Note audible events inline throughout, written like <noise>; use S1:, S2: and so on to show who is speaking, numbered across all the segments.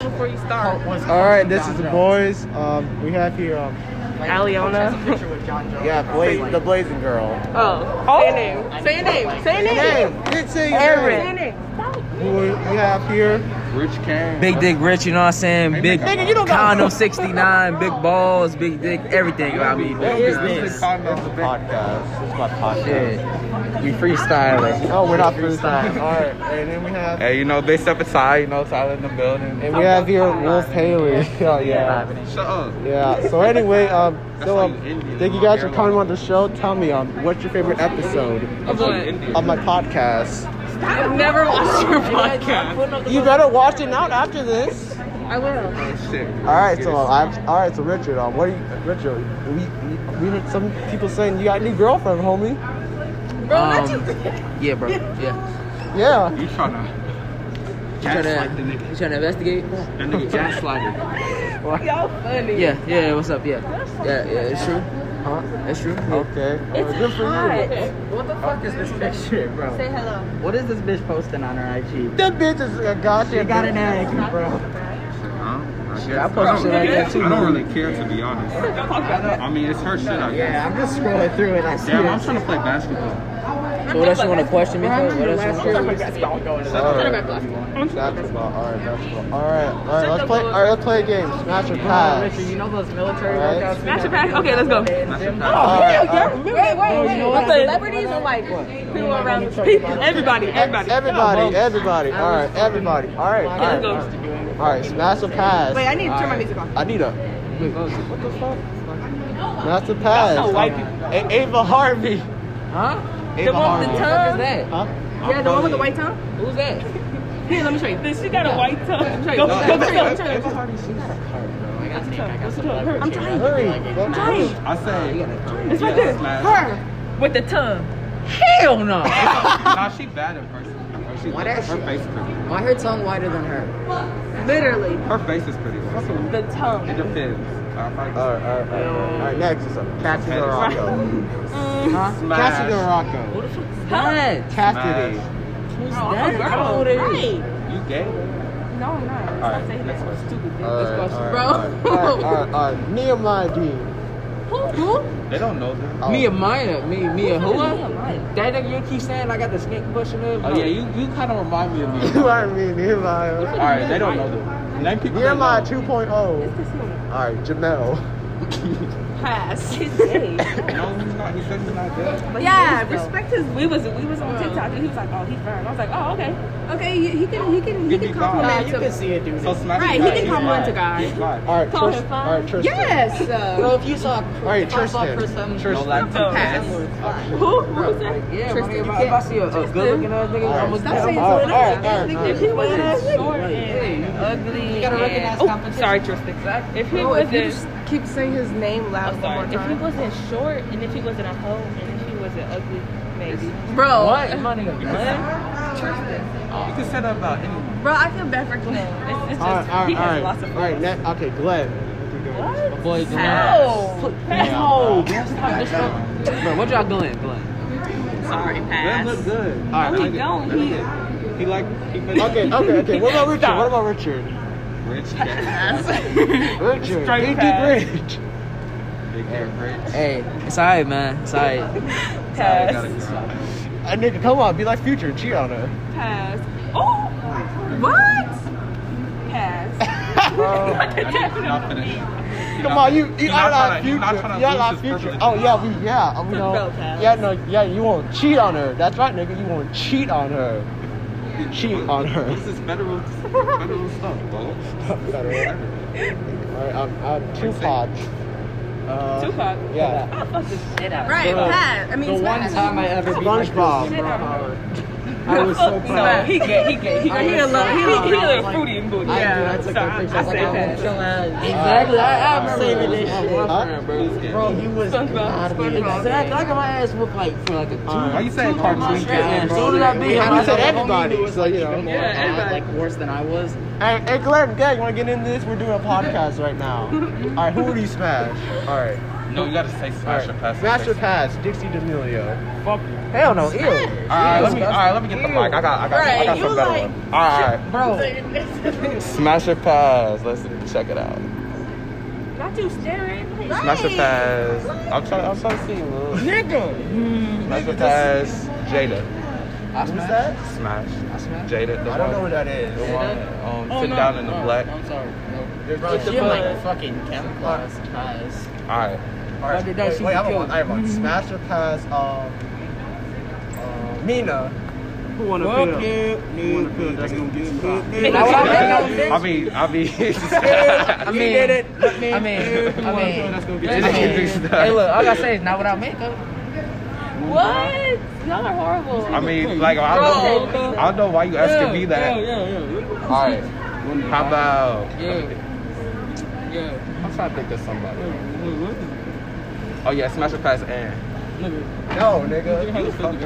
S1: before you start.
S2: All right, this is the boys. Um, we have here. Um,
S1: Aliona.
S3: Yeah, Bla- the Blazing Girl.
S1: Oh. Say a name. Say a name. Say a name.
S3: Name. Did say your
S1: Say a
S3: name.
S1: name.
S2: who we we have here.
S4: Rich Kane.
S5: Big Dick Rich, you know what I'm saying? Big Condom 69, big balls, big dick, everything about me.
S4: This is
S5: Yeah.
S3: Podcast. This is my podcast.
S5: We freestyling.
S2: Oh,
S3: No, we're not freestyling. All right.
S2: And then we have.
S4: Hey, you know, they step aside, you know, Tyler in the building.
S2: And we have here Wolf Haley. <laughs> oh yeah.
S4: Shut up.
S2: Yeah. So anyway, um, so um,
S4: how you Indian,
S2: thank you guys for coming on the show. Tell me, um, what's your favorite episode
S1: Of what?
S2: of my podcast?
S1: I've never watched
S3: <laughs>
S1: your podcast.
S2: You better watch it out after this.
S1: I will.
S4: Shit.
S2: All right, so um, I'm, all right, so Richard, um, what are you, Richard? We, we we heard some people saying you got a new girlfriend, homie.
S1: Bro,
S6: um,
S1: not you.
S5: yeah, bro. Yeah.
S2: Yeah.
S4: You tryna
S5: You trying
S4: gaslight the
S5: to,
S4: nigga.
S5: you trying to investigate?
S4: That nigga gaslighted.
S1: Y'all funny.
S5: Yeah, yeah, what's up? Yeah. Yeah, yeah, it's true.
S2: Huh?
S5: It's true.
S2: Okay. Well, good for you.
S6: What the fuck is this picture, bro?
S1: Say hello.
S6: What is this bitch posting on her IG?
S2: That bitch is a goddamn.
S6: She got an
S2: bitch.
S6: egg, bro.
S4: Huh? I, guess.
S5: I put some shit like that too,
S4: I don't
S5: man.
S4: really care to be honest. I mean, it's her shit, I guess.
S6: Yeah, I'm just scrolling through it. I see
S4: Damn, I'm
S6: it.
S4: trying to play basketball.
S5: So what else you want to question me for? What else you want to
S2: Basketball. All right, basketball. All right, all right. Let's play. All right, let's play a game. Smash or pass.
S6: Richard, you know those military
S2: All right.
S6: workouts? we
S1: Smash
S6: never
S1: your pack.
S6: do?
S1: Okay, let's go.
S6: Oh.
S2: All right, all right.
S1: Wait, wait, wait. What the celebrities are like people around the people. Everybody, everybody.
S2: Everybody, everybody. All right, everybody. All right, all
S1: Okay,
S2: right.
S1: let's go.
S2: All right, smash or pass.
S1: Wait, I need to turn my music off.
S2: Anita. What the fuck? That's a pass.
S1: That's a white
S2: A- Ava Harvey.
S5: Huh?
S2: Ava Harvey.
S5: The fuck is that?
S2: Huh?
S1: Yeah, the one with the white tongue?
S5: Who's that?
S1: Here, let me show you. This, she got a white tongue. Let me show you. Go, go, go, go, go. I'm trying.
S2: Hurry.
S1: I'm trying.
S4: I say,
S1: It's right
S4: yeah,
S1: there.
S4: smash.
S1: Her with the tongue.
S5: Hell no.
S4: Nah, she bad in person. Or she,
S6: What
S4: her
S6: is she?
S4: face is pretty.
S6: Why her tongue whiter than her?
S1: Literally.
S4: Her face is pretty. So
S1: The tongue.
S4: it depends. Uh, I like
S2: All right, all right, all right. All right, next is Cassie DeRocco.
S4: smash.
S2: Cassie DeRocco.
S5: What?
S2: Cassidy.
S5: Who's
S1: I'm
S5: that?
S1: a girl. Right.
S4: You gay?
S1: No, I'm not. All Uh,
S4: right, next
S1: one. Stupid.
S2: All right, all right,
S1: Bro.
S2: all right, all right, all right, all right. Nehemiah Dean.
S1: Who? Who?
S4: They don't know them.
S2: Oh.
S5: Mia Maya. Me, Mia who?
S1: Maya?
S5: That nigga you keep saying I got the snake pushing up.
S4: Oh yeah, you, you kind of remind me
S2: <laughs>
S4: of me.
S2: <laughs> You are me, Nehemiah.
S4: All right, they don't know them. Name people. they
S2: Nehemiah
S4: know.
S2: 2.0. All right, Jamel.
S1: Pass. <laughs>
S4: No, he's not. He said he's not good.
S1: yeah, respect his. We was we was on TikTok and he was like, oh, he's fine. I was like, oh, okay, okay. He, he can he can he
S4: Give
S1: can
S4: me God.
S1: compliment.
S6: You
S1: to-
S6: can see it, dude.
S4: So smash.
S1: Right, he
S4: is black.
S1: can
S4: He's
S1: compliment a
S4: black.
S1: guy.
S4: He's black.
S2: All right,
S1: Call
S2: Tristan.
S1: him fine.
S2: All right, Tristan.
S1: Yes.
S6: Bro, if you saw a
S2: All right,
S6: pop-up
S2: Tristan.
S6: person,
S4: No
S2: Tristan.
S4: lactose.
S1: who? Who's that?
S5: Yeah,
S1: Tristan,
S5: Tristan, if,
S1: you
S5: I, if I see a, a good looking ass nigga, I'm
S1: Stop saying
S5: gonna
S2: All right,
S1: so little.
S2: all right, all right.
S1: If he wasn't short and ugly,
S6: gotta
S1: and-
S6: recognize
S1: Oh,
S6: competition.
S1: sorry, Tristan. If he
S7: No, if
S1: wasn't,
S7: you just keep saying his name loud one
S1: I'm sorry.
S7: more
S1: If he
S7: time.
S1: wasn't short and if he wasn't a hoe and if he wasn't ugly, maybe.
S7: Bro,
S5: What? My nigga, what?
S4: You can set up about anyone.
S7: bro, I feel bad for Glenn.
S1: It's, it's just
S2: All right, all
S1: he
S2: right, all right.
S1: has lots of.
S2: All right, next. Okay, Glenn.
S1: What?
S5: Boy, Glenn.
S1: No.
S5: No. Bro, what y'all doing, Glenn?
S1: Sorry,
S4: That look
S1: pass.
S4: good. All
S2: right,
S1: he don't. He-
S4: He like he been
S2: Okay, okay, okay. What about Richard? What about Richard?
S4: rich. cat.
S2: Richard.
S1: Straight
S2: Pinky
S1: pass.
S2: Rich.
S4: Big hair, rich.
S5: Hey, it's alright, man. It's alright.
S4: Got a
S1: Pass.
S4: girl.
S2: Uh, nigga, come on, be like Future and cheat on her.
S1: Pass. Oh, what? Pass.
S4: He's not finished. He
S2: Come
S4: not
S2: on, you,
S4: finished.
S2: you
S4: He
S2: are
S4: tryna-
S2: like
S4: he
S2: Future.
S4: not
S2: You
S4: tryna
S2: are
S4: lose
S2: like
S4: his
S2: Future.
S4: privilege.
S2: Oh yeah, we yeah, uh, we
S1: Bro,
S2: know.
S1: pass.
S2: Yeah, no, yeah, you won't cheat on her. That's right, nigga. You won't cheat on her. cheat on her.
S4: This is federal, federal stuff, bro.
S2: Alright, I'm, I'm Tupac. Uh,
S1: Tupac.
S2: Yeah.
S1: I fucked the shit out.
S7: Right, Pat. I mean,
S6: the one
S7: Pat.
S6: time I ever beat my girl,
S2: SpongeBob.
S6: I was so proud.
S1: he gay, he gay. He,
S6: I
S1: he,
S6: was
S1: a little,
S6: so
S1: he,
S6: proud.
S1: he a
S6: I was
S1: little
S6: like-
S1: fruity and booty.
S6: I,
S1: yeah.
S6: dude, I took
S1: so
S6: the picture. I was like,
S1: said
S6: I
S1: pass.
S6: want your ass.
S5: Exactly. I, I'm
S6: saving
S5: saving
S6: this
S5: this
S6: shit.
S5: shit.
S4: Bro, he's gay.
S6: Bro, you was
S1: SpongeBob,
S6: out of it.
S1: SpongeBob.
S6: Exactly. I got my ass whooped like for like a two.
S4: Why you saying cartoon cat,
S5: As soon
S4: bro?
S5: as I beat him, I
S2: said
S5: said,
S2: everybody, so, you know.
S6: Yeah,
S1: Yeah, everybody.
S6: like worse than I was.
S2: Hey, hey,
S1: <laughs>
S2: Glenn, Glenn, you want to get into this? We're doing a podcast right now. All right, who would you smash? All right.
S4: No, you gotta say smash or pass.
S2: Smash or pass, Dixie D'Amelio.
S8: Hell no, ew.
S4: All right, let me. All right, let me get the mic. I got. I got. I got
S9: Right,
S4: some
S9: you
S4: better
S9: like-
S4: one. All right.
S2: Smash or pass, let's check it out.
S1: Not you staring.
S2: Smash or pass. I'm trying. I'm trying to see. Nigga.
S1: Hmm.
S2: Smash or pass, Jada.
S6: I smashed.
S4: Smash.
S6: I smashed.
S4: Jada. The
S2: I don't know who
S4: one.
S2: that
S4: The
S2: is.
S4: one. Um, sit down in the
S6: Oh, no,
S4: black.
S6: I'm sorry. No.
S2: Bro,
S6: She like fucking camouflage ties.
S4: All right.
S2: Alright,
S6: Under
S2: wait,
S6: that,
S2: wait,
S6: she's
S2: I have
S6: killed.
S2: one. I have one. Smash or pass, um, uh, Mina.
S10: Who wanna
S6: Fuck
S10: beat
S6: you.
S4: I
S6: That's
S4: I mean, I mean,
S6: <laughs>
S4: I
S8: I mean, I mean, I mean. Hey, look, all I gotta say is not without makeup.
S1: What? Y'all are horrible.
S4: <laughs> I mean, like, I don't, know, I don't know why you asking me that.
S6: Yeah, yeah,
S4: All right, how about?
S6: yeah. Yeah.
S4: I'm trying to think of somebody.
S6: What is it?
S4: Oh yeah, smash or pass and.
S6: Nigga,
S2: No, nigga.
S6: how the fuck you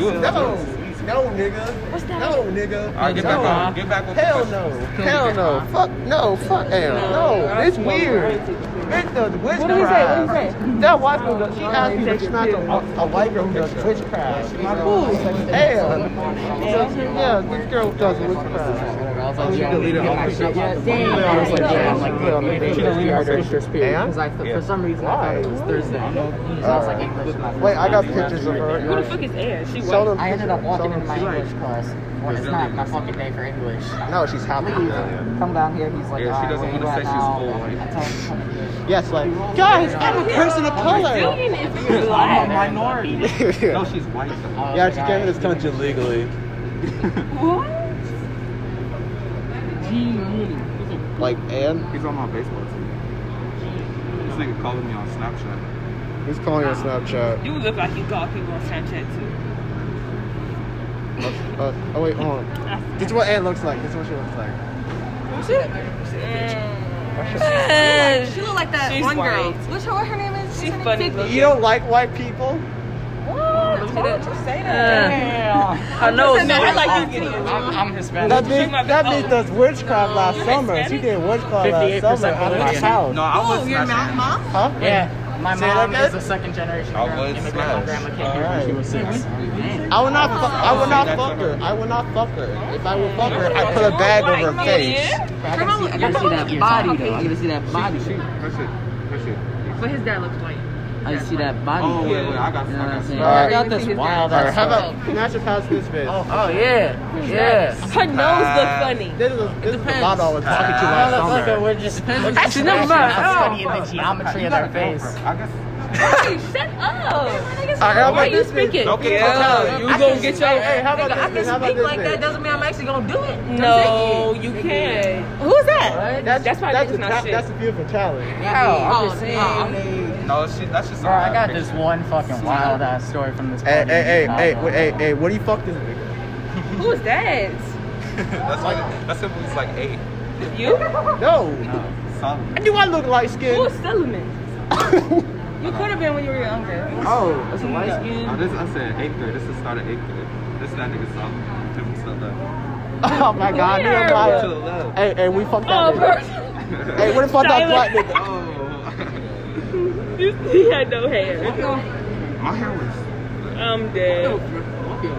S2: No.
S4: You
S2: No. No, nigga.
S1: What's that?
S2: No, nigga.
S4: All right, get back
S2: No.
S4: on. Get back on.
S2: Hell no. Hell no. Fuck no. Fuck hell no. It's weird. Bitch does witchcraft. What
S1: did he say? What did he say?
S2: That white girl does. She asked me to smash a, a white girl who does witchcraft. Who? Hell. Yeah, this girl does witchcraft.
S6: I was like, you deleted all my shit. Yeah, I was like, yeah, I'm like, yeah, I'm
S4: She deleted her
S2: And?
S6: Because I, for some reason, I thought it was Thursday. So I was like, English. and I-
S2: Wait, I got pictures of
S1: Who the
S2: her.
S1: fuck is Air? She
S2: Show
S1: was.
S2: them
S6: I ended up
S2: pictures.
S6: walking
S2: Show them-
S6: into my English class when it's not my fucking day for English.
S2: No, she's happy.
S6: Leave. Come down here. He's like,
S4: Yeah, she
S6: "Alright,
S4: doesn't
S6: where
S4: wanna
S6: you
S4: say
S6: at
S4: she's
S6: now?"
S4: full.
S6: I tell him to come in here.
S2: Yes, like, guys, I'm a person of color. Oh
S1: Brazilian is
S6: I'm a
S1: black.
S6: minority.
S4: No,
S2: <laughs>
S4: she's white. though.
S2: Yeah, she came in this country legally.
S1: What?
S2: Like, and
S4: He's on my baseball team. This nigga calling me on Snapchat.
S2: he's calling her Snapchat.
S1: You look like you got people on Snapchat
S2: Uh, oh wait, hold on. This is what Ann looks like. This is what she looks like.
S1: too.
S9: She look like that
S1: She's
S9: one girl.
S1: white.
S9: What's her, what her name is?
S1: She's
S9: her name
S1: funny
S9: Tiffany?
S1: looking.
S2: You don't like white people?
S1: What? Why would you say that?
S6: Yeah.
S8: I know.
S1: Listen, I like you too.
S6: <laughs> I'm, I'm Hispanic.
S2: That
S1: she
S2: bitch,
S1: might be
S2: that bitch does witchcraft last
S1: You're
S2: summer. She
S1: Hispanic?
S2: did witchcraft last
S6: 58%
S2: summer out of
S6: Hawaiian.
S2: this house.
S4: No, I was
S9: Oh, your
S4: smashing.
S9: mom? mom?
S2: Huh?
S6: Yeah, my
S2: Say that
S6: mom
S2: again?
S6: is a second generation
S4: I
S6: girl-
S4: would
S6: immigrant. My
S4: smash.
S6: grandma came here when she was six.
S2: I would not, fuck, I would not
S4: Say that
S2: fuck
S4: summer.
S2: her. I would not fuck her. If Uh, I would fuck her, I'd put a bag over her face.
S6: I gotta see, I gotta see that body though. I gotta see that body.
S4: Uh, She, her shit, her shit.
S9: But his dad looks white.
S6: I gotta see that body.
S4: Oh,
S6: though.
S4: wait, wait, I got-
S6: You know
S4: I
S6: what
S4: got-
S6: I'm saying?
S2: Alright.
S6: I got this wild
S2: Alright,
S6: ass
S2: how
S6: stuff.
S2: about Snatcher Pass this bitch?
S8: Oh yeah, yeah.
S1: Her nose look funny.
S2: This is, this is the model I was talking to
S6: I
S2: last
S6: don't look at
S2: summer.
S6: we're just
S8: Actually, never mind.
S6: I'm studying the geometry
S4: You
S6: of
S4: got
S6: their
S4: a
S6: face.
S4: girlfriend. I guess.
S1: Hey, shut up.
S2: Alright, how
S1: Why
S2: about
S1: you
S2: this bitch?
S1: speaking?
S4: Okay,
S1: Yeah,
S2: you
S1: I
S2: gonna
S1: can-
S2: get your- Hey, how about
S1: Nigga, I
S2: this?
S1: can
S2: How about
S1: speak
S2: this
S1: like that.
S2: bitch?
S1: Doesn't mean I'm actually gonna do it. No, you can't.
S9: Who's that?
S2: That's,
S1: That's why
S2: that's,
S1: bitch
S2: a,
S1: not
S2: ta-
S1: shit.
S2: that's a beautiful challenge.
S6: How? I'm just
S9: Oh,
S6: saying.
S4: No, she, that's just.
S6: Bro, I got this one fucking wild ass story from this.
S2: Hey,
S6: party in
S2: hey, hey, hey,
S6: Chicago.
S2: wait, hey, hey, what do you fuck this nigga?
S1: Who is that?
S4: <laughs> That's like that's if it's like eight.
S1: You?
S2: No.
S4: Solid.
S2: Do I look light
S1: Who
S2: <laughs>
S1: is
S2: skinned?
S1: Solomon? You could have been when you were younger.
S6: Oh, that's a white
S4: Oh,
S6: skin.
S4: this I said eighth grade. This is started eighth grade. This that nigga solid. Him still left.
S2: <laughs> Oh my god, you a
S1: Weird.
S4: To the
S2: liar.
S4: left.
S2: Hey, hey, we fucked that
S1: Oh,
S2: nigga.
S1: bro. <laughs>
S2: Hey, what the fuck that black
S1: Tyler.
S2: nigga?
S4: <laughs> Oh. <laughs>
S1: he had no hair.
S4: My hair was.
S1: I'm dead.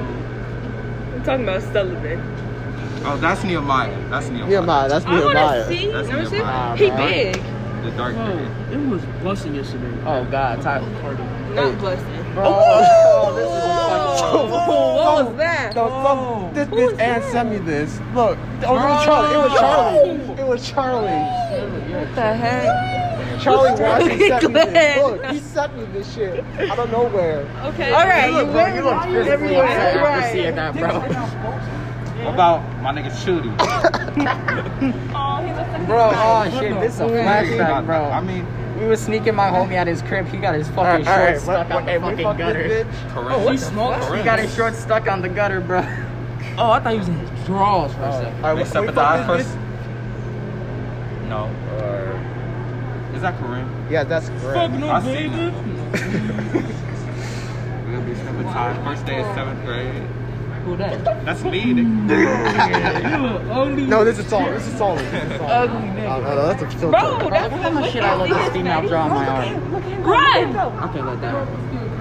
S1: I'm talking about Sullivan.
S4: Oh, that's Nehemiah. That's Nehemiah.
S2: Nehemiah, that's
S1: I
S2: Nehemiah.
S1: wanna see.
S4: That's
S1: Let me see.
S4: Nehemiah.
S1: He
S2: Nah, bro.
S1: big.
S4: The dark green.
S6: It was busting yesterday. Oh god, Tyler.
S2: <laughs>
S1: Not busting.
S2: Oh, this is
S1: Whoa.
S2: Whoa.
S1: What was that?
S2: No, some, this
S1: Who's
S2: bitch Ann
S1: that?
S2: sent me this. Look, oh, it was Charlie. It was Charlie. It was Charlie.
S1: What the heck?
S2: Charlie
S1: <laughs>
S2: Watson sent me this.
S1: Glad.
S2: Look, he sent me this shit out of nowhere.
S1: Okay.
S9: All right, you
S6: Bro, you look physically
S9: everywhere.
S6: upset after
S9: Right.
S6: seeing that, bro.
S4: What about my nigga Shooty?
S1: Oh, he looks like
S6: Bro, oh shit, this is a flashback,
S4: I
S6: bro.
S4: mean,
S6: We were sneaking my homie at his crib. He got his fucking
S2: All right,
S6: shorts
S2: what-
S6: stuck on
S2: hey,
S6: the
S2: we
S6: fucking
S2: fucked this
S6: gutter.
S2: bitch.
S6: Oh,
S4: correct.
S6: He got his shorts stuck on the gutter, bro. Oh.
S8: Oh, I thought he was in
S6: Draws for a second.
S2: All right, we-
S4: Except
S2: we
S4: for the eye
S2: fucked this
S4: first. No. uh, is that Kareem?
S2: bitch. Yeah, that's correct.
S4: I seen it. We'll be spending time. First day of seventh grade.
S6: who that?
S4: That's me. nigga.
S6: Ugly.
S2: No, this is Solomon. This is Solomon. This is Solomon. No,
S6: Ugly nigga.
S2: no, no, that's a filter.
S1: Bro, that's
S6: Look how much shit I let this female draw on my arm.
S1: Run!
S6: I can't let that.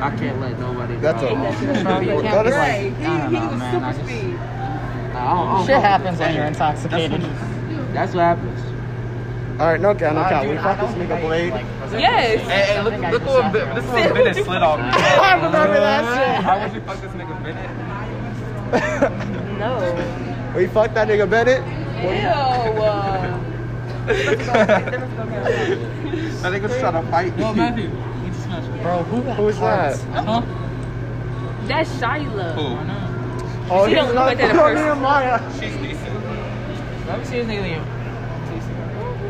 S6: I can't let nobody.
S2: That's
S6: draw
S2: a-
S6: on my
S2: Hey,
S6: arm.
S2: that's- That is like-
S1: He,
S6: I don't
S1: he
S6: know,
S1: was
S6: man, I
S1: super
S6: just-
S1: speed.
S6: I don't- I don't
S3: Shit
S6: know.
S3: happens when you're intoxicated.
S6: That's what happens.
S2: All right, no count, no count. We
S3: I
S2: fuck
S3: don't
S2: this nigga
S3: debate,
S2: blade.
S3: like,
S1: Yes.
S4: Hey, hey, look, look who a bit, this is a Bennett slid on me.
S2: <laughs> I remember that
S4: How would you fuck this nigga Bennett?
S1: No.
S2: shit. We fucked that nigga Bennett.
S1: Ew. uh,
S4: That nigga's trying to fight
S6: No,
S4: me.
S6: Matthew. You just smashed it.
S3: Bro, who
S2: Who is that?
S6: Huh?
S1: That's Shyla.
S4: Who?
S2: Oh,
S1: She
S2: he's
S1: don't look like that in
S2: Oh,
S1: person.
S2: Nehemiah.
S4: She's decent.
S6: Let me see his nigga.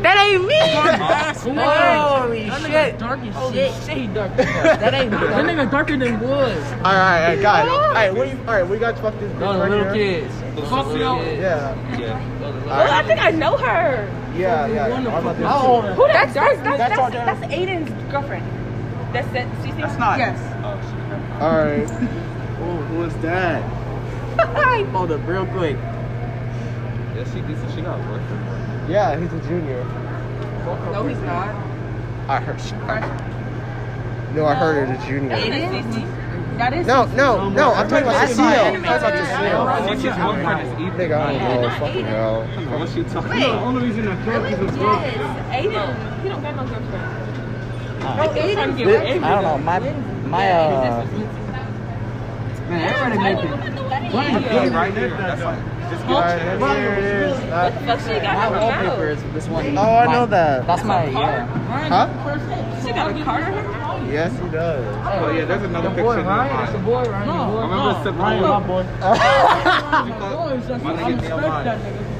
S1: That ain't me!
S6: Holy shit. Dark as shit. shit, he dark. that ain't That nigga darker than wood.
S2: All right, all right, guys. All right, what do you, all right, we got to fuck this bitch
S6: No, the
S2: right
S6: little
S2: here.
S6: kids.
S4: Those
S6: Fuck
S4: are
S6: you.
S4: little kids.
S2: Yeah,
S4: Yeah.
S1: Oh, I think I know her.
S2: yeah, yeah.
S6: Wonderful.
S2: How about this?
S6: How old are-
S1: Who that's that's that's,
S2: that's
S1: that's,
S2: our
S1: that's, Aiden's girlfriend. That's that. She thinks
S4: That's
S1: <laughs>
S4: not.
S7: Yes.
S4: Oh, shit. never mind.
S2: All right.
S6: Oh, who is that?
S1: Hi.
S6: Hold up real quick.
S4: Yeah, she decent. She got a boyfriend.
S2: Yeah, he's a junior.
S7: No, he's not.
S2: I heard. She, no, I heard it a junior.
S1: Aiden.
S7: That is.
S2: No, no, no. I'm talking about Cecile. I'm talking about
S4: Oh,
S2: Cecile.
S4: What's his boyfriend is Ethan.
S2: Nigga, I don't know. Fucking hell.
S4: Nigga. What's she talking
S1: Wait.
S4: about?
S1: Really? Yes. Aiden. He don't got no girlfriend. Oh,
S3: Uh,
S1: Aiden. Aiden.
S3: I don't know. My my uh.
S6: Man, everybody making.
S4: He's right there. That's like, just
S2: All
S4: get
S2: right,
S4: checked.
S2: and here it is.
S1: What
S2: Uh,
S1: the fuck? She
S6: My
S1: got her own
S6: wallpaper is this one.
S2: Oh, I know
S6: My-
S2: that.
S6: That's my yeah.
S2: huh?
S1: house. She got a car.
S2: Yes, he does.
S4: Oh, yeah, there's another picture. in
S6: boy,
S4: there.
S6: Ryan.
S4: I remember it's
S6: my
S4: September.
S6: boy.
S4: My nigga Nehemiah.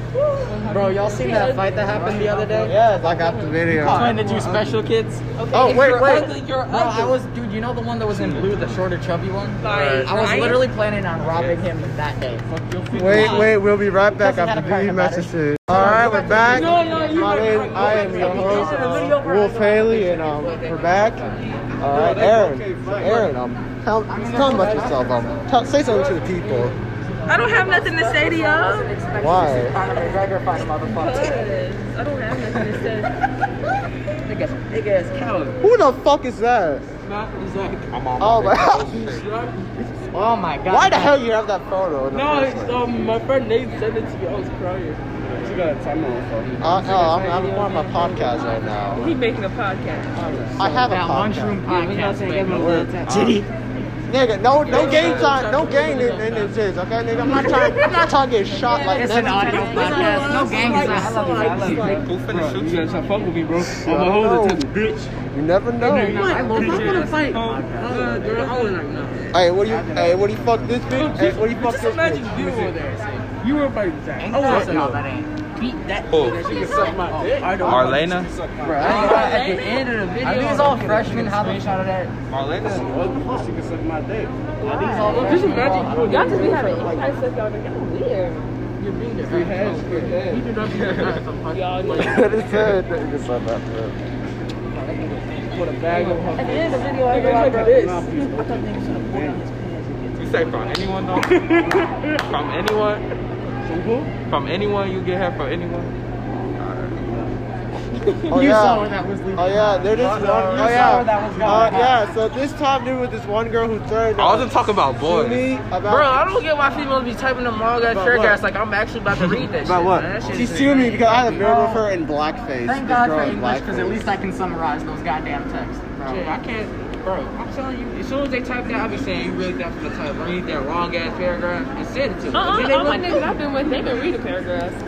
S3: Bro, y'all seen that fight that happened the other day?
S2: Yes, I got the video.
S6: Between the two special kids.
S2: Oh, wait,
S6: you're
S2: wait.
S6: Ugly, you're
S3: Bro, I
S6: ugly.
S3: was, dude. You know the one that was in blue, the shorter, chubby one.
S1: Like,
S3: I was
S1: Ryan?
S3: literally planning on
S1: Oh,
S3: robbing him that day.
S2: Wait, wait, we'll be right back
S3: Doesn't
S2: after
S3: matter
S2: these
S3: about it.
S2: messages. All right, we're back. My name, I am your host, uh, Wolf Haley, and um, we're back. All right, Aaron, Aaron, um, tell, tell them about yourself. Um, tell, say something to the people.
S1: I don't have nothing to say to y'all.
S2: Why?
S3: Conor McGregor fight, motherfucker.
S1: I don't have nothing to say.
S2: Who the fuck is that? Oh my! <laughs>
S3: Oh my god.
S2: Why the hell you have that photo? in the
S6: No,
S2: first
S6: it's,
S2: place?
S6: um, my friend Nate sent it to me. I was crying. She got a timeout.
S2: Uh, no, I'm, I'm on my podcast right now.
S1: He making a podcast.
S2: I have a
S3: That
S2: podcast.
S3: lunchroom podcast. man.
S2: Titty. Nigga, no, no game time, no game in, in this is okay, nigga. I'm not trying, I'm not trying to get shot like
S3: It's
S2: that.
S3: an audio podcast. No gang is I love you. I love you.
S4: Who finna shoot
S6: You
S4: you?
S6: gotta try fuck with me, bro. I'm
S2: I'ma
S6: a
S2: hold
S6: hold
S2: it
S6: it
S2: to
S6: bitch.
S2: You never know.
S6: I love you. I'm to fight.
S3: Oh,
S6: Uh, girl, I would like no.
S2: Hey, what do you? Hey, what do you fuck this bitch? Hey, what do you fuck
S6: Just
S2: this
S6: imagine
S2: bitch?
S6: you over there. You were fighting Zach. I was
S3: No,
S6: like,
S3: that ain't.
S4: Who?
S6: I don't.
S4: Marlena?
S6: Oh,
S3: At the end of the video. Are these all freshmen? How they shot it at?
S4: Marlena?
S3: "Oh,
S6: Just imagine you were
S1: Y'all just be
S6: there.
S1: having anybody stuff y'all think y'all weird.
S6: You're being there. Free hands, free hands. You do not be there. Y'all
S2: That is sad. That is so bad, man.
S6: put a bag of
S1: At the end of the video, I go
S6: Look
S1: like
S6: at
S1: this.
S6: this.
S4: You say from anyone though? from anyone? From anyone you get hair from anyone?
S2: Oh
S3: <laughs> You
S2: yeah.
S3: saw where that was leading.
S2: Oh yeah, there is one. Oh
S3: You saw
S2: yeah.
S3: where that was going.
S2: Uh, yeah. So this time, dude, with this one girl who turned.
S4: All them talk about
S2: to
S4: boys.
S2: me about.
S6: Bro, I don't get why females be typing them all that shirt ass like I'm actually about to read that shit. Man. That shit
S2: She
S6: is
S2: sued me because I had a mirror with
S3: Bro.
S2: her in blackface. this
S3: Thank God
S2: girl
S3: for
S2: in
S3: English, because at
S2: blackface.
S3: least I can summarize those goddamn texts, bro.
S6: Shit, I can't, bro. I'm telling you, as soon as they type that, I be saying you really got to type read that wrong ass paragraph and send it to them.
S1: Uh-uh,
S6: And then
S1: all
S6: they
S1: my
S6: like,
S1: niggas I've been with, they can read the paragraphs.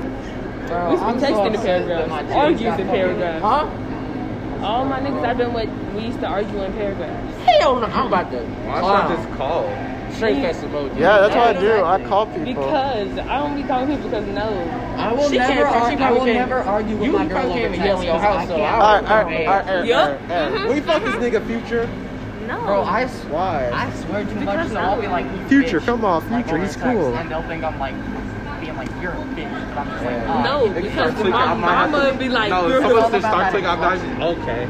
S3: Bro,
S1: We used to
S3: I'm
S1: be texting the
S3: upset that
S1: paragraphs,
S3: my kids
S1: argues
S3: got
S1: in
S3: fucking-
S1: paragraphs.
S3: Huh?
S1: All my niggas I've been with, we used to argue in paragraphs.
S6: Hell no, I'm about to.
S4: Why
S6: clown.
S4: should I just call?
S6: straight face emoji?
S2: Yeah, that's what I do. I call people.
S1: Because I don't be calling people because no.
S3: I will
S6: She can't
S3: never.
S6: say she
S3: Argue, I
S6: probably
S3: will
S6: can't.
S3: never argue with
S6: You
S3: my girl
S6: probably
S3: over
S6: can't
S3: text.
S6: even yell in your
S3: 'cause I
S6: house, so
S3: can't-
S6: I
S2: Alright, alright, alright, alright,
S1: Yup.
S2: alright, alright. Will you fuck this nigga future?
S1: No.
S3: Bro, I s-
S2: Why?
S3: I swear too much, so I'll be like, you
S2: Future,
S3: bitch,
S2: come on,
S3: like,
S2: future,
S3: over
S2: he's
S3: text,
S2: cool.
S3: And they'll think I'm like being like you're a bitch, but I'm just like,
S2: Yeah.
S3: oh,
S1: no, because
S4: Tweak,
S1: my
S4: I might have
S1: mama
S4: to-
S1: be like,
S4: no,
S1: "Girl,
S4: someone
S3: all
S4: should
S3: about
S4: start
S3: that
S4: taking out that. Okay.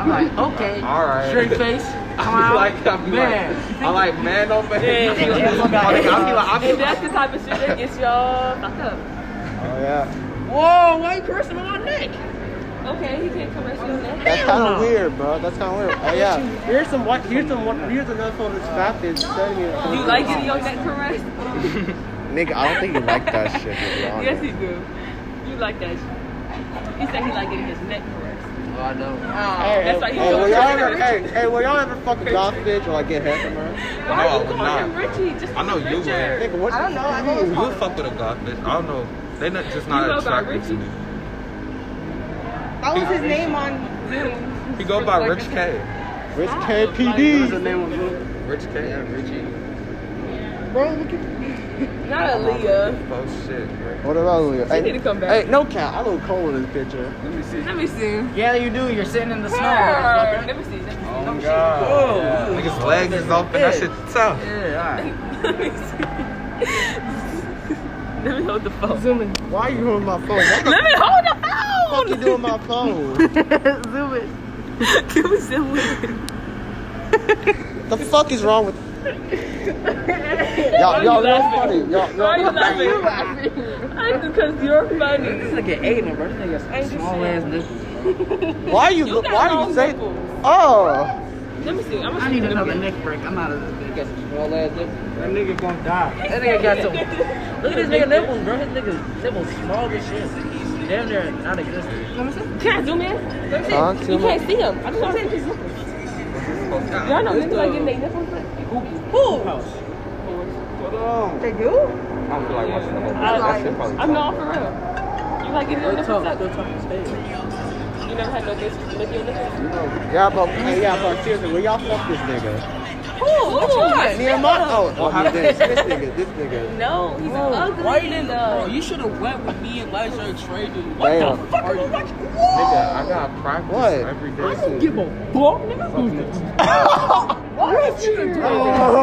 S3: I'm like okay,
S4: All right. <laughs>
S6: Straight face. <laughs>
S4: I be like, I be like, I like man, no man. I be like, I be like,
S1: <laughs>
S4: I be
S1: If
S4: like,
S1: that's the type of shit that gets y'all fucked up.
S2: Oh yeah.
S6: Whoa, oh, why you cursing on my neck?
S1: Okay, he can't caress your neck.
S2: That's kind of weird, bro. That's kind of weird. Oh yeah.
S3: Here's some what? Here's some what? Here's another photo that's fat is sending you.
S1: You like getting your neck caressed?
S2: Nigga, I don't think you like that shit. To be honest.
S1: Yes, he do. You like that shit. He said he like getting his neck caressed.
S6: Oh, I know.
S2: Hey,
S1: That's why
S2: hey,
S1: he
S2: hey,
S1: so
S2: will y'all ever,
S1: triggered.
S2: hey, hey, will y'all ever fuck a goth bitch or like get head from her?
S1: Why are
S4: No, I
S1: you
S4: would
S1: calling
S4: not.
S1: him Richie? Just
S4: I know you would.
S1: Richard.
S2: Nigga, what?
S7: I don't know. I've always
S4: You fuck with a god bitch. I don't know. They not just
S1: You know
S4: not
S1: about
S4: attracted to
S1: Richie?
S4: me.
S7: That was his name on Zoom.
S4: He go by Rich K.
S2: Rich KPD.
S3: name on Zoom?
S4: Rich K and Richie.
S7: Bro, look at
S1: Not Aaliyah.
S4: Oh shit. bro.
S2: What about Leah? Hey,
S1: need to come back.
S2: Hey, no count. I look cold in this picture.
S4: Let me see.
S1: Let me see.
S11: Yeah, you do. You're sitting in the snow.
S1: Her. <laughs>
S11: motherfucker.
S1: Let me see. Let me see.
S4: Oh my god. Niggas legs is open. That shit tough.
S11: Yeah,
S1: Let me see. Let me hold the phone. Zoom in.
S2: Why are you holding my phone? What the
S1: Let me hold the
S2: fuck you
S1: phone.
S2: doing my phone?
S1: <laughs> zoom in. <laughs> Can we zoom in?
S2: the fuck is
S1: <laughs>
S2: wrong with? Y'all, y'all, real funny. Y'all,
S1: Why are you
S2: y'all.
S1: laughing? I because you're funny.
S11: this nigga Aiden, bro. This
S1: I
S11: nigga small ass
S1: understand.
S11: nigga.
S2: Why are you?
S1: You got
S2: why are
S1: long
S2: you saying?
S1: nipples.
S2: Oh,
S1: Let me see. I'm gonna
S11: I
S1: see
S11: need
S1: the
S11: another
S1: nipple.
S11: neck break. I'm out of this bitch.
S6: He got some small ass lips.
S3: That nigga gonna die.
S11: That nigga got some. Look at this nigga nipples, bro. His nigga nipples small as shit. Damn near not existent.
S1: Let me see. Can I zoom in? Let me see.
S2: Huh?
S1: you
S2: Zoom
S1: can't see them. I just want to see his nipples. Y'all know niggas like getting their nipples. Who?
S7: They do?
S4: I don't feel like watching the whole
S1: I
S4: That
S1: like.
S4: shit probably
S1: I'm not
S4: tough.
S1: for real. You like getting your nipples sucked? You never had no bitch lick your nipples.
S2: yeah, but hey, yeah, but seriously, will y'all fuck this nigga?
S1: Who? Which one?
S2: Me and my oh, oh, he did. this nigga, this nigga.
S1: No, he's an ugly. Why you didn't?
S6: you should have went with me and Elijah and Trey, dude.
S2: Damn.
S4: Nigga, I got practice
S2: What?
S4: every day.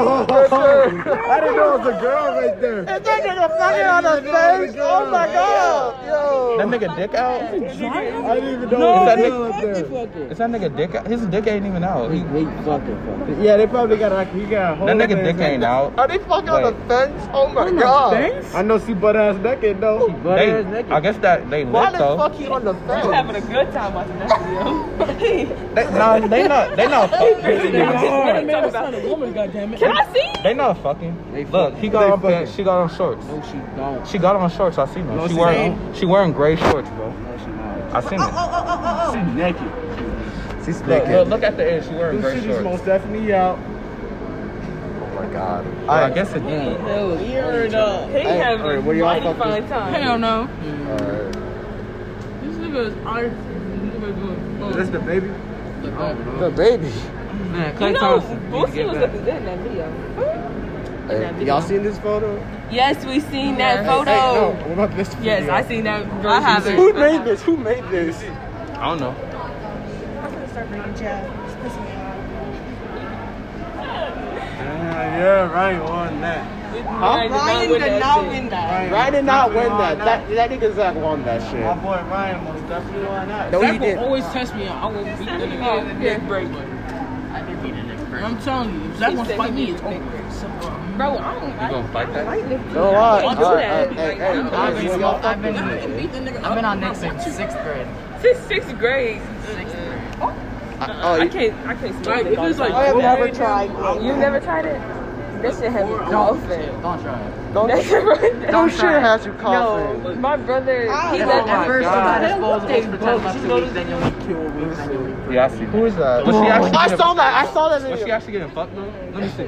S2: I didn't know it was a girl right there. And that nigga fucking on her face. Oh my god. Yo.
S4: That nigga dick out?
S2: I didn't even know no,
S4: that nigga-
S2: was there.
S4: Is that nigga dick out? His dick ain't even out. He,
S3: Yeah, they probably got like he got a whole.
S4: that nigga dick ain't out.
S2: Are they fucking on the fence? Oh my god.
S3: I know she butt ass naked though.
S4: They, I guess that they
S2: Why
S4: lit
S2: the
S4: though.
S2: fuck he on the
S1: I'm
S2: fence?
S1: having a good time watching that <laughs> video.
S4: They, nah, they not. They <laughs> not fucking.
S1: Can I see?
S4: They not fucking. Look, he got on pants. She got on shorts. No, she don't. She got on shorts. I seen them. she, wearing. She wearing gray shorts, bro. No, she not. I seen it.
S3: She naked.
S2: She's
S4: Look, oh, look, look at the end. She wearing
S3: This
S4: gray
S3: shit is
S4: shorts.
S3: most definitely out.
S2: Oh my god. All
S4: I
S2: right.
S4: guess it did.
S11: Weird up.
S1: He
S2: Hey,
S1: having
S2: alright,
S1: a
S2: what do y'all
S1: mighty
S2: fuck
S1: fine
S2: with?
S1: time.
S7: no.
S6: This nigga is art. This
S3: That's the baby.
S2: The baby.
S6: Man, Clay
S1: You know,
S6: Thompson. need to
S1: Oh, Boosie
S6: get
S1: was
S6: back.
S1: looking good in that video.
S2: Hey, y'all seen this photo?
S1: Yes, we seen that photo.
S2: Hey, no. What about this?
S1: Yes,
S2: video?
S1: I seen that. Version.
S7: I haven't.
S2: Who made this? Who made this?
S4: I don't know.
S7: I'm gonna start bringing jabs. It's pissing me off.
S3: yeah, right on that.
S1: Ryan did not
S7: Ryan
S1: win
S7: did
S1: that
S7: not
S1: shit.
S7: win that.
S2: Ryan did not win that. That that nigga Zach won that
S3: My
S2: shit.
S3: boy Ryan most definitely won that.
S2: No, he
S6: That will
S2: didn't.
S6: always test me out. I will beat the
S1: Oh,
S6: nigga.
S1: yeah. break.
S6: I'm telling you, if Zach wants to fight me, it's over.
S7: Bro, I don't
S4: You gonna fight that?
S2: No, I.
S1: Don't do
S2: all right,
S1: that.
S2: Hey, hey, hey,
S11: I've been,
S2: will y'all fuck
S11: I've been,
S2: this nigga?
S11: I've been on next in sixth grade.
S1: Since sixth grade,
S2: Oh,
S1: I
S2: you-
S1: can't. I can't smoke
S6: Like,
S1: it
S6: if it's
S1: all the
S6: like-
S1: time.
S2: I have never tried.
S1: you never tried it. That shit had me coughing.
S11: Don't try it.
S2: Don't,
S1: That shit right there.
S2: don't shit has you coughing.
S1: No, <laughs> my brother. He
S11: That's
S1: left
S11: my
S1: after.
S11: first time
S1: They
S11: disposable.
S1: looked
S11: Pretend
S1: broke.
S11: not
S1: She
S11: to
S1: goes
S11: eat, then you'll eat two a week, then you'll eat
S4: Yeah, I see.
S2: Who is that?
S4: Was she actually
S2: I
S4: getting-
S2: saw that. I saw that
S4: Was she
S2: video.
S4: actually getting fucked though? Let me see.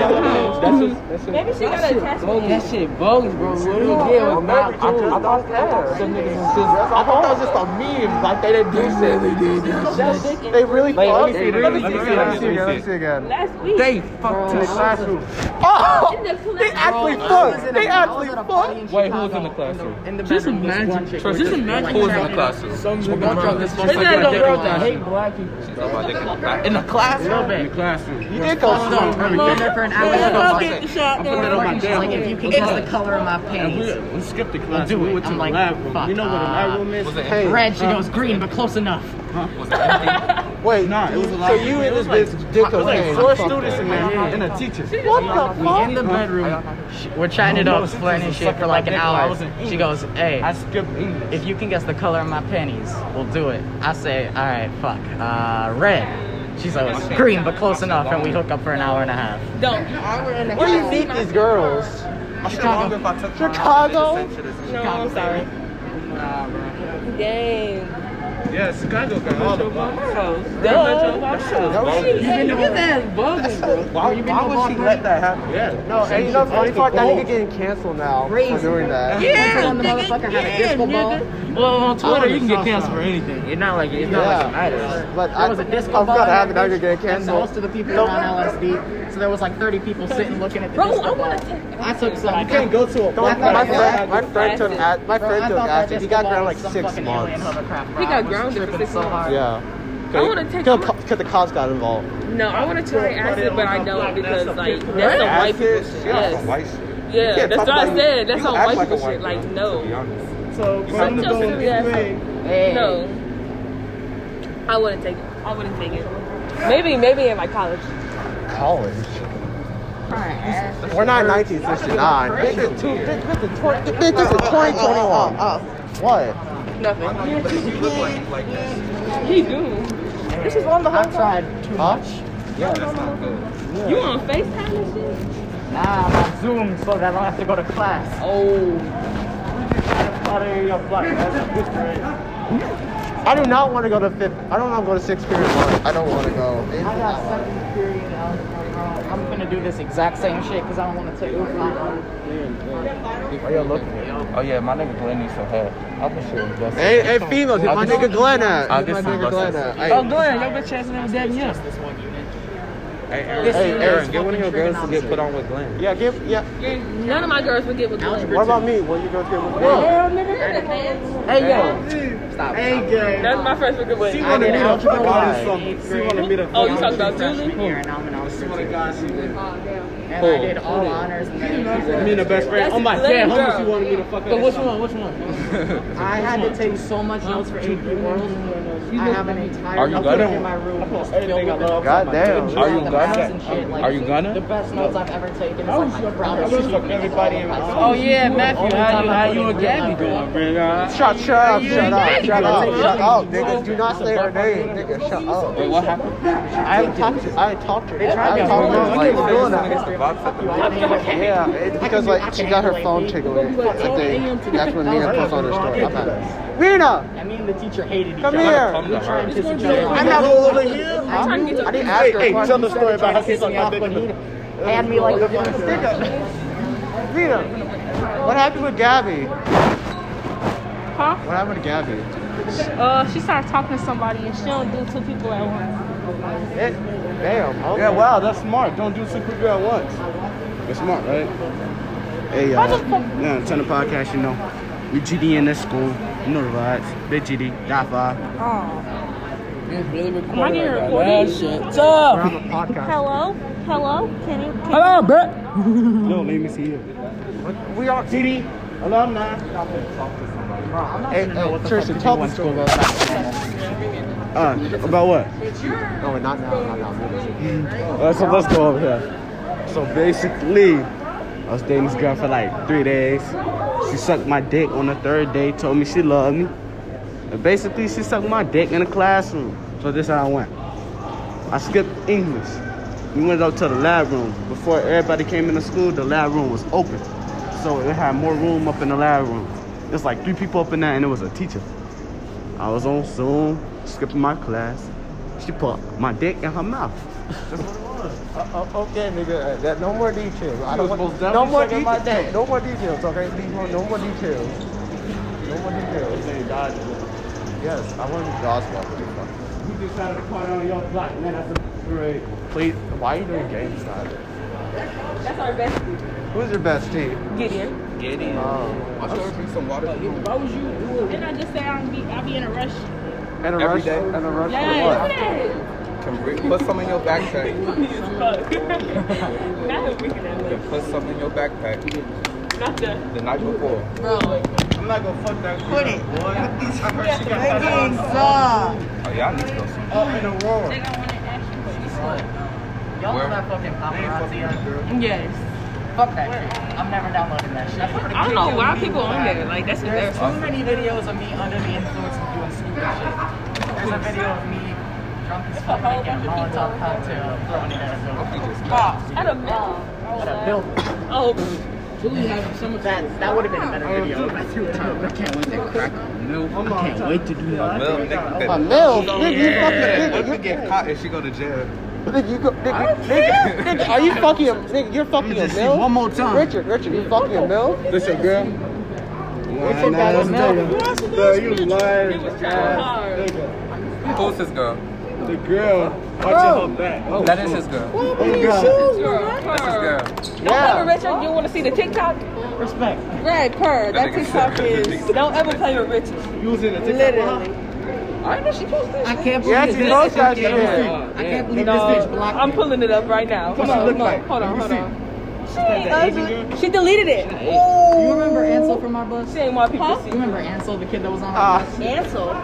S3: mama house.
S4: That's just, that's just.
S1: Maybe she got an attachment.
S11: That shit bogus, bro. What do you get with
S4: I, I thought some niggas was just.
S2: I thought that was just a meme. Like they didn't do shit. They really
S4: Wait,
S2: fucked.
S4: let me see, let me see, let me see, let me see
S2: again.
S1: Last week.
S5: They fucked to the
S1: in
S2: Oh!
S1: the clinic.
S2: They actually fucked. They actually fucked.
S4: Wait, who was in the classroom?
S11: the Just imagine. Just imagine.
S4: Who was in the classroom?
S11: This nigga don't girl that hate black people.
S4: She sucked my dick in the back.
S5: in the class.
S11: Real bad.
S2: You did go slow.
S11: I'm putting it on my damn
S8: Like if you can guess the color of my pants.
S3: We skipped the class.
S8: do it.
S3: We went to
S8: I'm
S3: the
S8: like,
S3: lab room.
S8: fuck
S3: You know what a lab
S8: off.
S3: room is?
S4: Was it
S2: Hey.
S8: Red, she goes green, but close enough.
S4: Was it empty?
S2: <laughs> Wait,
S3: Nah, it was a lot
S2: so
S3: of
S2: you
S3: people.
S2: and
S3: It
S2: this
S3: was
S2: bitch dick
S3: There's
S2: okay?
S3: like four students in there and a teacher.
S2: What
S8: We
S2: the
S8: in
S2: fuck?
S8: the bedroom. Sh- We're chatting it up, flirting shit for like an hour. She goes, hey,
S3: I skipped English.
S8: if you can guess the color of my panties, we'll do it. I say, all right, fuck, uh, red. She's like, "It's green, but close enough, and we hook up for an hour and a half.
S2: Where do you meet these girls? Chicago.
S1: No, I'm sorry. Dang.
S4: Yeah, Chicago got all the money.
S1: So, duh.
S2: Why, why would she let that happen?
S4: Yeah.
S2: No, and you know, funny part, that nigga getting canceled now for doing that.
S8: Yeah, the motherfucker had a disco ball.
S11: Well, on Twitter, you can get
S3: Southside.
S11: canceled for anything. It's not like it's not like
S2: Yeah.
S11: it matters.
S2: But
S8: There
S2: I,
S8: was a disco
S2: I'm
S8: ball.
S2: gonna have
S8: in
S2: it.
S8: that
S2: I'm gonna
S8: bitch,
S2: get
S8: And most
S2: canceled.
S8: of the people were on LSD, so there was like 30 people sitting looking at the
S1: Bro, I
S8: disco
S1: want
S8: ball.
S1: to take
S8: I took some. I
S3: Can't go to a
S2: Don't-
S8: thought
S2: my
S8: that
S2: friend, my friend took
S1: acid.
S2: acid. My friend took
S8: thought that
S2: acid. He
S8: disco
S2: got
S8: ball
S2: grounded like
S8: was some
S2: six
S8: fucking alien
S2: months.
S8: hovercraft, bro.
S1: He got
S8: I was
S1: grounded for
S8: tripping
S1: six
S8: so
S1: months.
S8: hard.
S2: Yeah.
S1: I wanna take-
S2: Because the cops got involved.
S1: No, I want to try acid, but I don't because like that's some white people
S2: Acid?
S1: shit.
S4: She on some
S1: Yes.
S4: white shit.
S1: Yeah,
S2: can't
S1: that's
S2: talk
S1: what I
S2: like-
S1: said. That's
S4: You
S1: some
S4: act
S1: white
S4: like a
S1: people shit. Like
S4: girl, To be
S1: no,
S4: honest.
S3: So,
S1: Such
S3: going to
S1: a
S3: go in
S1: stupid ass-
S3: fifth grade.
S8: Hey.
S1: no. I wouldn't take it. I wouldn't take it. Maybe, maybe in like college.
S2: College. We're not 1969. Bitch is two- bitch- bitch is twenty- bitch, this is 2021. Uh, What?
S1: Nothing.
S4: You look like you like that shit.
S1: He do.
S8: This is one the whole tried too
S2: Huh?
S8: much.
S4: Yeah, that's not good.
S1: You on FaceTime and shit?
S8: Nah, I'm on Ah, Zoom so that I don't have to go to class.
S1: Oh.
S2: I do not want to go to fifth. I don't want to go to sixth period one. I don't want
S8: I
S2: to go.
S8: got seventh period algebra, bro. I'm gonna do this exact same shit because I don't want to take Uber.
S4: Oh, yeah, look. Oh, yeah, my nigga Glenn needs some help. I wish he was best.
S2: Hey, hey, females, hit my
S4: I'll get
S2: nigga Glenn at.
S4: I'll
S2: Hit
S4: get
S2: my
S4: some
S2: nigga Glenn
S4: buses.
S2: at.
S11: Oh,
S2: Hey,
S11: Glenn, your bitch ass never dabbing you.
S4: Hey, Aaron,
S8: This
S4: hey,
S8: is
S4: Aaron get one of your
S8: fucking
S4: girls to get put on with Glenn.
S2: yeah, give, yeah.
S1: None of my girls would get with Glenn.
S2: What about me? Will you go through with me?
S8: Hey yo,
S3: Hey, gang.
S1: None of my friends would get with.
S3: She wanted
S8: did
S3: me to
S8: algebra
S3: fuck
S2: one.
S3: out in something. She wanted me to fuck
S1: Oh, you
S3: out
S1: talking
S3: in
S1: about Julie?
S8: here and I'm an algebra two.
S3: God, she did.
S8: And I did all honors and then
S3: Me and the best friend.
S1: That's
S3: Oh my
S1: Glenn,
S3: damn, how much
S1: girl.
S3: you wanted me to fuck out?
S11: But
S3: in
S11: which
S3: something?
S11: one? Which one?
S8: I had to take so much notes for AP World. I have an entire
S4: Are you
S8: notebook
S4: gonna-
S8: in my room.
S3: everything I love.
S2: God damn.
S4: Are you
S8: The
S4: gonna?
S8: maps and shit, like,
S4: Are you gonna?
S8: The best notes I've ever taken is like my brother's
S3: I was fucking everybody in my
S11: Oh yeah, Matthew, how you how you and Gabby doing, bro?
S2: Shut, shut up, shut up, shut up, shut up, nigga. Do not say her name, nigga. Shut up.
S4: Wait, what happened?
S2: I haven't talked to I haven't talked to her.
S8: tried
S2: I
S8: to
S2: haven't talked to her.
S8: hold
S2: Like,
S8: on.
S2: doing
S4: Someone gets
S2: that.
S4: the box at the door.
S2: Yeah, it's because like she got her phone taken away. I think that's when Nina puts on her story. I'm not. Nina,
S8: I mean, the teacher hated each
S2: come
S8: other.
S4: Come
S2: here.
S4: to her.
S8: Kiss each other.
S2: I'm not over here.
S8: I
S1: trying to get
S2: I
S1: your-
S2: didn't ask her.
S3: Hey,
S2: a
S3: tell the
S2: question.
S3: story about how she
S8: Kissing
S3: sucked
S8: me
S3: my
S8: off,
S3: dick
S8: but
S3: in
S8: he
S3: the
S8: had me like
S2: Nina, what happened with Gabby? What
S1: Huh?
S2: happened to Gabby?
S1: Uh, she started talking to somebody and she don't do two people at once.
S2: It, damn. Okay.
S3: Yeah, wow, that's smart. Don't do super good at once. That's smart, right? Hey,
S1: Why
S3: y'all.
S1: the fuck-
S3: Yeah, turn the podcast, you know. We GD in this school. You know the vibes. Big GD, got five.
S1: Oh.
S11: It's really recorded.
S1: Am I getting
S11: like that.
S1: recorded?
S11: That shit tough.
S2: I'm a podcast.
S1: Hello? Hello? Can you? Can
S11: Hello, bro.
S3: No, let me see you.
S2: We are.
S3: GD, alumni.
S2: Hey, hey, Tristan, tell the story.
S3: Uh, about what?
S2: No, not now. Not now.
S3: Uh, so let's go over here. So basically, I was dating this girl for like three days. She sucked my dick on the third day, told me she loved me. And basically, she sucked my dick in the classroom. So this how I went. I skipped English. We went up to the lab room. Before everybody came into school, the lab room was open. So it had more room up in the lab room. It's like three people up in there, and it was a teacher. I was on Zoom, skipping my class. She put my dick in her mouth.
S2: Uh, uh, okay, nigga. uh, That, no more details. I
S3: You
S2: don't
S3: was
S2: want,
S3: most
S2: no
S3: definitely
S2: more
S3: sucking my
S2: details.
S3: dick.
S2: No more details. Okay, Leave no- no more details. No more details. Yes, I want to be Dodgeball.
S3: You just out of the corner on your block, man. That's a parade.
S2: Please, why are you doing game style?
S1: That's our best group.
S2: Who's your best team?
S1: Gideon.
S6: Get in.
S2: Um,
S4: I'm sure drink some water.
S11: Why was you doing
S7: Didn't I just say I'll be, I'll be in a rush?
S2: and a
S4: Every
S2: rush,
S4: day.
S2: and a rush
S7: Yeah,
S2: for what?
S7: yeah.
S4: Can Rick put some in your backpack?
S1: Funny as fuck. Not him making that
S4: Can
S1: look.
S4: put some in your backpack
S1: Not the.
S4: the night before.
S7: Bro,
S3: I'm not gonna fuck that
S7: put it. <laughs>
S3: <laughs> boy.
S7: Making some.
S4: Oh, y'all need to go some.
S3: Up in the world.
S8: Y'all
S4: Where?
S8: know that fucking paparazzi. uh,
S1: Yes.
S8: Fuck that shit. I'm never downloading that shit. That's pretty
S1: I don't know
S8: cool.
S1: why people on there. Like that's
S8: There's
S1: embarrassing.
S8: too many videos of me under the influence of doing stupid shit. There's a video of me drunk as fuck and getting Molotov cocktail throwing it at a building.
S1: At a mall.
S8: At a building.
S1: Oh,
S11: Julie having some of that?
S8: That, that would have been a better video. if I threw a towel. I can't wait to crack a milk. I can't wait to do
S4: A
S8: that.
S4: little nigga
S2: A
S4: that-
S2: milk, nigga, you
S4: Yeah,
S2: fucking
S4: What if we
S2: nigga.
S4: get caught and she go to jail?
S2: you- Nigga, you go, nigga, nigga, nigga, are you fucking a, nigga, you're fucking a
S3: just see
S2: mill?
S3: one more time.
S2: Richard, Richard, you fucking a mill?
S3: This your girl?
S2: Richard got a mill.
S3: Bro, you lying.
S1: it was trying hard.
S4: Who's his girl?
S3: The girl.
S2: Bro.
S3: Watch your back.
S4: That is his girl. That's his girl.
S1: Don't ever,
S2: Yeah.
S1: Richard. You want to see the TikTok?
S8: Respect.
S1: Right, per. That
S4: That nigga
S1: TikTok
S4: said-
S1: is. Don't ever play with Richard.
S3: You was in the
S1: Literally. I know she posted.
S11: I can't
S2: Yeah,
S11: believe
S2: she
S11: this.
S2: knows that shit.
S11: I can't believe
S1: No,
S11: this bitch blocked
S1: I'm pulling it up right now. Hold
S3: she
S1: on,
S3: look
S1: hold on,
S3: like?
S1: hold on,
S3: Let me
S1: hold
S3: see.
S1: on. She ain't ugly. She deleted it.
S11: You remember Ansel from our bus?
S1: She ain't want people
S11: You
S1: to
S11: remember Ansel, the kid that was on our
S2: Ah,
S11: bus?
S1: Cancel.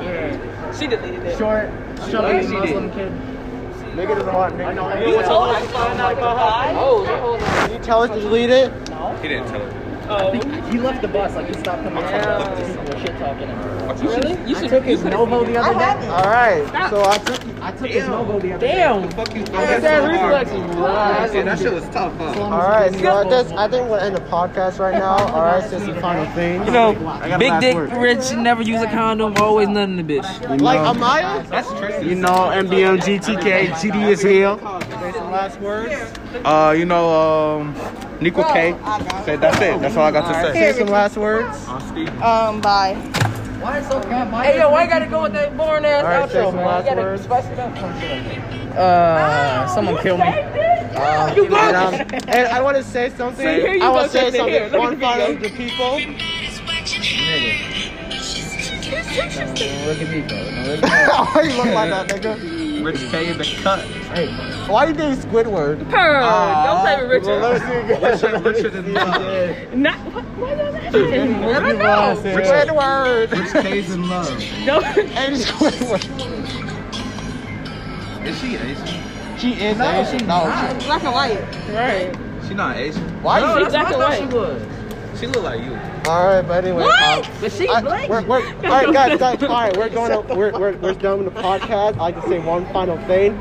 S1: She deleted it.
S8: Short,
S11: glad
S8: chubby
S11: she
S8: Muslim kid.
S2: nigga doesn't want nigga.
S1: You told her to find out about her. Oh,
S2: Can you tell us to delete it?
S4: He didn't tell her.
S1: oh.
S8: He left the bus, like he stopped coming to
S1: Yeah.
S8: people shit talking. and-
S4: What you
S1: Really? You
S8: I
S1: should.
S8: took
S1: You
S8: his
S1: should.
S8: Novo the other day.
S2: All right. So I took.
S8: I took his Novo the other day.
S11: Damn.
S4: Oh, fuck you?
S8: Wow.
S4: Yeah, that shit was tough, huh?
S2: All right. So I, just, I think we'll end the podcast right now. All right. Since the final thing.
S5: You know,
S3: I got a
S5: big
S3: last
S5: dick
S3: word.
S5: rich, never use a condom, always nothing in the bitch.
S3: You
S2: Like
S3: know,
S2: Amaya.
S4: That's Tristan.
S3: you know, MBM, GTK, GD is here.
S2: Last words.
S4: Uh, you know, um, Nico K said that's it. That's all I got to
S2: Say
S4: say.
S2: some last words.
S7: Um, bye.
S8: Why is so good? Why
S1: Hey yo, why you gotta go with that boring ass
S2: All right, say
S1: outro?
S2: some
S1: man?
S2: last
S1: you gotta
S2: words.
S1: spice it up.
S8: Uh, someone kill me.
S2: Uh, and, um, and I want to say something.
S4: Say it. Here
S1: you
S2: I
S1: go,
S2: want to say
S1: Tristan, here,
S2: something. One
S1: look at the
S2: final
S1: video.
S2: to people.
S8: Look at me, bro.
S2: Why you look like that, nigga?
S4: Rich K in the cut.
S2: Why you doing Squidward?
S1: Purr. Don't play with Richard.
S2: Well, let's see again.
S4: Richard, Richard in the
S1: Not. What, why y'all laughing? I don't
S2: Squidward.
S1: know.
S2: Squidward.
S4: Rich K's in love.
S1: Don't.
S2: And Squidward.
S4: Is she Asian?
S2: She is Asian. No.
S7: Black and white.
S1: Right.
S4: She not Asian.
S2: Why you?
S1: She's black and white.
S4: She look like you.
S2: All right, but anyway. um,
S11: But she
S2: I-
S11: black.
S2: we're, we're, <laughs> all right, guys, guys, all right, we're going to, we're, we're, we're done with the podcast. I'd like to say one final thing.